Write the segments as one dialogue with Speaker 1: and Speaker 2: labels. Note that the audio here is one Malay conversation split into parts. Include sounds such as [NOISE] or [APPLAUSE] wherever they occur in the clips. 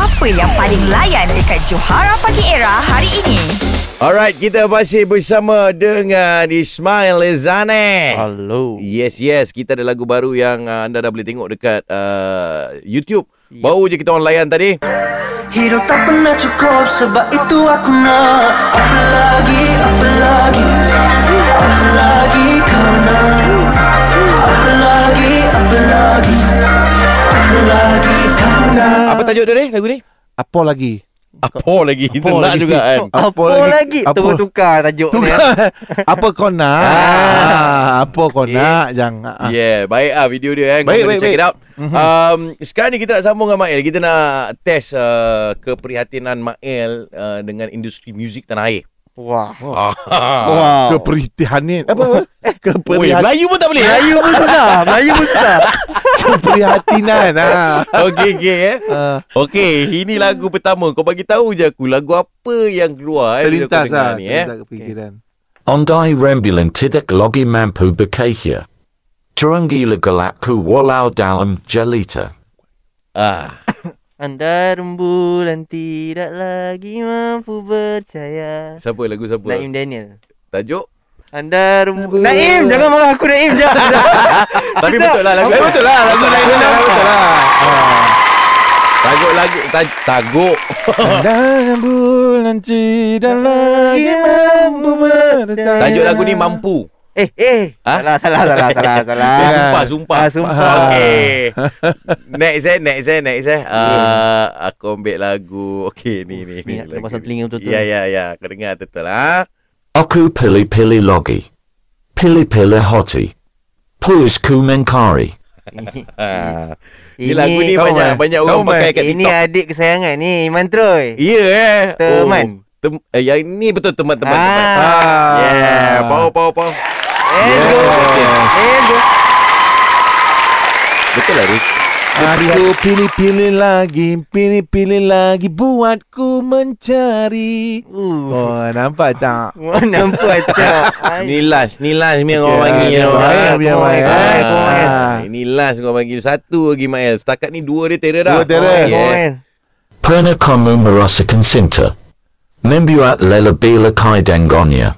Speaker 1: Apa yang paling layan dekat Johara Pagi Era hari ini?
Speaker 2: Alright, kita masih bersama dengan Ismail Lezane.
Speaker 3: Hello.
Speaker 2: Yes, yes. Kita ada lagu baru yang uh, anda dah boleh tengok dekat uh, YouTube. Yep. Baru je kita orang layan tadi.
Speaker 4: Hidup tak pernah cukup sebab itu aku nak Apa lagi, apa lagi Apa lagi kau nak Apa lagi, apa lagi Apa lagi kau nak
Speaker 2: Apa tajuk dia ni lagu ni?
Speaker 5: Apa lagi?
Speaker 2: Apa lagi? Apa
Speaker 5: Apa
Speaker 2: lagi?
Speaker 5: lagi?
Speaker 2: juga kan.
Speaker 5: Apa
Speaker 3: lagi?
Speaker 5: Apa,
Speaker 3: Apa tukar tajuk ni.
Speaker 5: Tukar. [LAUGHS] apa kau nak? Ah, apa kau nak? Jangan. Ah.
Speaker 2: [LAUGHS] Yeah, baik ah video dia kan.
Speaker 5: Baik,
Speaker 2: Kau boleh
Speaker 5: baik,
Speaker 2: check
Speaker 5: baik.
Speaker 2: it out. Um, sekarang ni kita nak sambung dengan Mail. Kita nak test uh, keprihatinan Mail uh, dengan industri muzik tanah air.
Speaker 3: Wah.
Speaker 2: Ah.
Speaker 3: Wow.
Speaker 5: Keprihatinan apa? [LAUGHS] apa?
Speaker 2: Weh,
Speaker 5: Keprihatinan.
Speaker 2: Melayu pun tak boleh. eh? [LAUGHS]
Speaker 3: Melayu pun susah. Melayu pun susah.
Speaker 5: Keprihatinan. ah.
Speaker 2: Okey okey eh. Okey, ini lagu pertama. Kau bagi tahu je aku lagu apa yang keluar eh bila kau
Speaker 5: Terlintas
Speaker 2: dengar
Speaker 5: lah.
Speaker 2: ni eh.
Speaker 5: Terlintas kepikiran.
Speaker 6: Ondai rembulan tidak logi mampu bekahia. Turungila galakku walau dalam jelita.
Speaker 2: Ah.
Speaker 3: Anda rembulan tidak lagi mampu bercahaya.
Speaker 2: Siapa lagu siapa?
Speaker 3: Naim Daniel.
Speaker 2: Tajuk.
Speaker 3: Anda rembulan. Naim, jangan marah aku Naim. [LAUGHS] Jangan.
Speaker 2: Tapi betul lah lagu.
Speaker 5: Eh,
Speaker 2: Betul
Speaker 5: betul lah. Lagu lain lah. Betul lah.
Speaker 2: tajuk lagu taj- tajuk.
Speaker 5: Dan bulan tidak lagi mampu bercahaya.
Speaker 2: Tajuk lagu ni mampu.
Speaker 3: eh, eh.
Speaker 2: Ha?
Speaker 3: Salah, salah, salah,
Speaker 2: [LAUGHS]
Speaker 3: salah, salah.
Speaker 2: Eh, sumpah, sumpah.
Speaker 3: Ah, sumpah.
Speaker 5: [LAUGHS]
Speaker 2: Okey. Next eh, next eh, next eh.
Speaker 5: Hmm.
Speaker 2: Ah, aku ambil lagu. Okey, ni ni.
Speaker 3: Ni nak kena
Speaker 2: lagu
Speaker 3: pasang
Speaker 2: ni.
Speaker 3: telinga betul-betul.
Speaker 2: Ya, ya, ya. Kau dengar betul ah.
Speaker 6: Aku pili pili logi. Pili pili hoti. Puis kumenkari.
Speaker 5: Hmm.
Speaker 2: Ha. Ni lagu ni
Speaker 3: kau
Speaker 2: banyak
Speaker 3: mah.
Speaker 2: banyak
Speaker 5: Kau
Speaker 2: orang
Speaker 5: mah.
Speaker 2: pakai kat
Speaker 3: Ini
Speaker 2: TikTok.
Speaker 3: adik kesayangan ni, Iman Troy.
Speaker 2: Ya eh.
Speaker 3: Teman.
Speaker 2: Oh, tem, eh, yang ni betul teman-teman.
Speaker 3: Ah.
Speaker 2: Teman. Yeah,
Speaker 5: Ah.
Speaker 2: power power power.
Speaker 3: Let's go. Let's go.
Speaker 2: Betul lah Riz.
Speaker 5: Aku pilih-pilih lagi, pilih-pilih lagi buatku mencari.
Speaker 3: Uh.
Speaker 5: Oh, nampak tak?
Speaker 3: Wah,
Speaker 2: [LAUGHS]
Speaker 3: nampak tak? Ai,
Speaker 2: Ni last, ni last ni yang orang
Speaker 5: Ya,
Speaker 2: panggil.
Speaker 5: biar
Speaker 2: tau,
Speaker 5: main,
Speaker 2: ah.
Speaker 5: biar main.
Speaker 2: Ah,
Speaker 3: Kau main.
Speaker 2: Ini last kau bagi satu lagi Mael. Setakat ni dua dia terror dah.
Speaker 5: Dua terror.
Speaker 2: Oh,
Speaker 3: Kau
Speaker 2: [LAUGHS] yeah.
Speaker 3: main.
Speaker 6: Perna komu marosakan sinta. Membuat lela bila kaidangonya.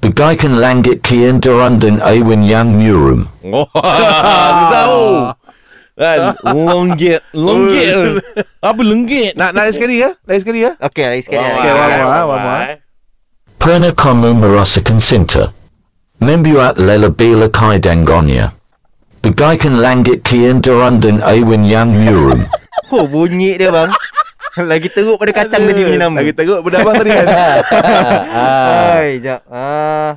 Speaker 6: Begaikan langit kian derundan awin yang murum.
Speaker 2: Oh, susah tu. Kan, longgit, longgit. Apa lenggit?
Speaker 5: Nak nak lagi sekali ke? Lagi sekali ke?
Speaker 3: Okey, lagi sekali.
Speaker 2: Wah, wah,
Speaker 5: Okay, wah, wah,
Speaker 2: wah,
Speaker 5: wah.
Speaker 2: wah.
Speaker 6: Perna komu marosakan sinta. Membuat lela bila kaidangonya. Begaikan langit kian derundan awin yang murum.
Speaker 3: Oh, bunyi dia bang. Lagi teruk pada kacang tadi punya nama.
Speaker 5: Lagi teruk benda abang tadi
Speaker 2: [LAUGHS]
Speaker 5: kan?
Speaker 2: Ah.
Speaker 3: Hai, jap. Ah.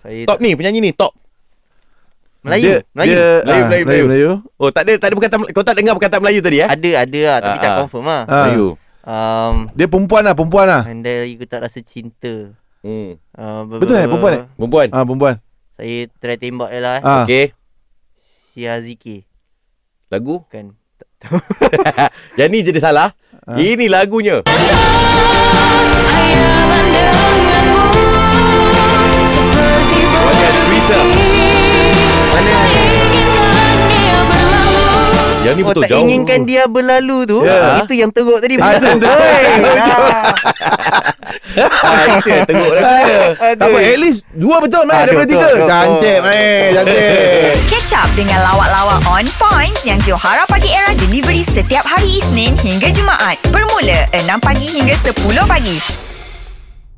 Speaker 3: Saya
Speaker 2: Top ni, penyanyi ni, top.
Speaker 3: Melayu,
Speaker 5: Dia,
Speaker 3: Melayu.
Speaker 5: dia,
Speaker 2: Melayu,
Speaker 5: ah,
Speaker 2: Melayu, Melayu. Oh, tak ada, tak ada perkataan, kau tak dengar perkataan Melayu tadi eh?
Speaker 3: Ada, ada lah, tapi
Speaker 2: Ah,
Speaker 3: tak
Speaker 2: ah.
Speaker 3: confirm lah.
Speaker 5: Ah.
Speaker 2: Melayu.
Speaker 3: Um,
Speaker 5: Dia perempuan lah, perempuan lah.
Speaker 3: andai aku tak rasa cinta.
Speaker 2: Hmm.
Speaker 3: Uh,
Speaker 5: Betul eh, perempuan eh?
Speaker 2: Perempuan.
Speaker 5: Ah, perempuan.
Speaker 3: Saya try tembak dia lah eh.
Speaker 5: Ah.
Speaker 2: Okey,
Speaker 3: Si Aziki
Speaker 2: lagu. [LAUGHS]
Speaker 3: kan.
Speaker 2: Yang ni jadi salah.
Speaker 5: Ah.
Speaker 2: Ini lagunya.
Speaker 7: Hanya pandanganmu seperti
Speaker 2: Wajah Sweeter.
Speaker 3: Mana?
Speaker 2: Yang ni
Speaker 7: inginkan dia berlalu
Speaker 3: Oh,
Speaker 2: betul
Speaker 3: tak
Speaker 2: jauh.
Speaker 3: inginkan dia berlalu tu.
Speaker 2: Ya.
Speaker 3: Itu yang teruk tadi.
Speaker 5: Ah, itu yang teruk.
Speaker 3: Oi,
Speaker 5: [LAUGHS]
Speaker 3: ah.
Speaker 2: Ah, itu yang teruk
Speaker 5: [LAUGHS]
Speaker 2: lagu dia.
Speaker 5: Tak apa, at least dua betul Mai
Speaker 3: Ah,
Speaker 5: daripada
Speaker 3: betul,
Speaker 5: tiga.
Speaker 3: betul.
Speaker 5: Cantik Mai, [LAUGHS] cantik.
Speaker 1: Catch up dengan lawak-lawak on points yang Johara Pagi Era delivery setiap hari Isnin hingga Jumaat. Bermula 6 pagi hingga 10 pagi.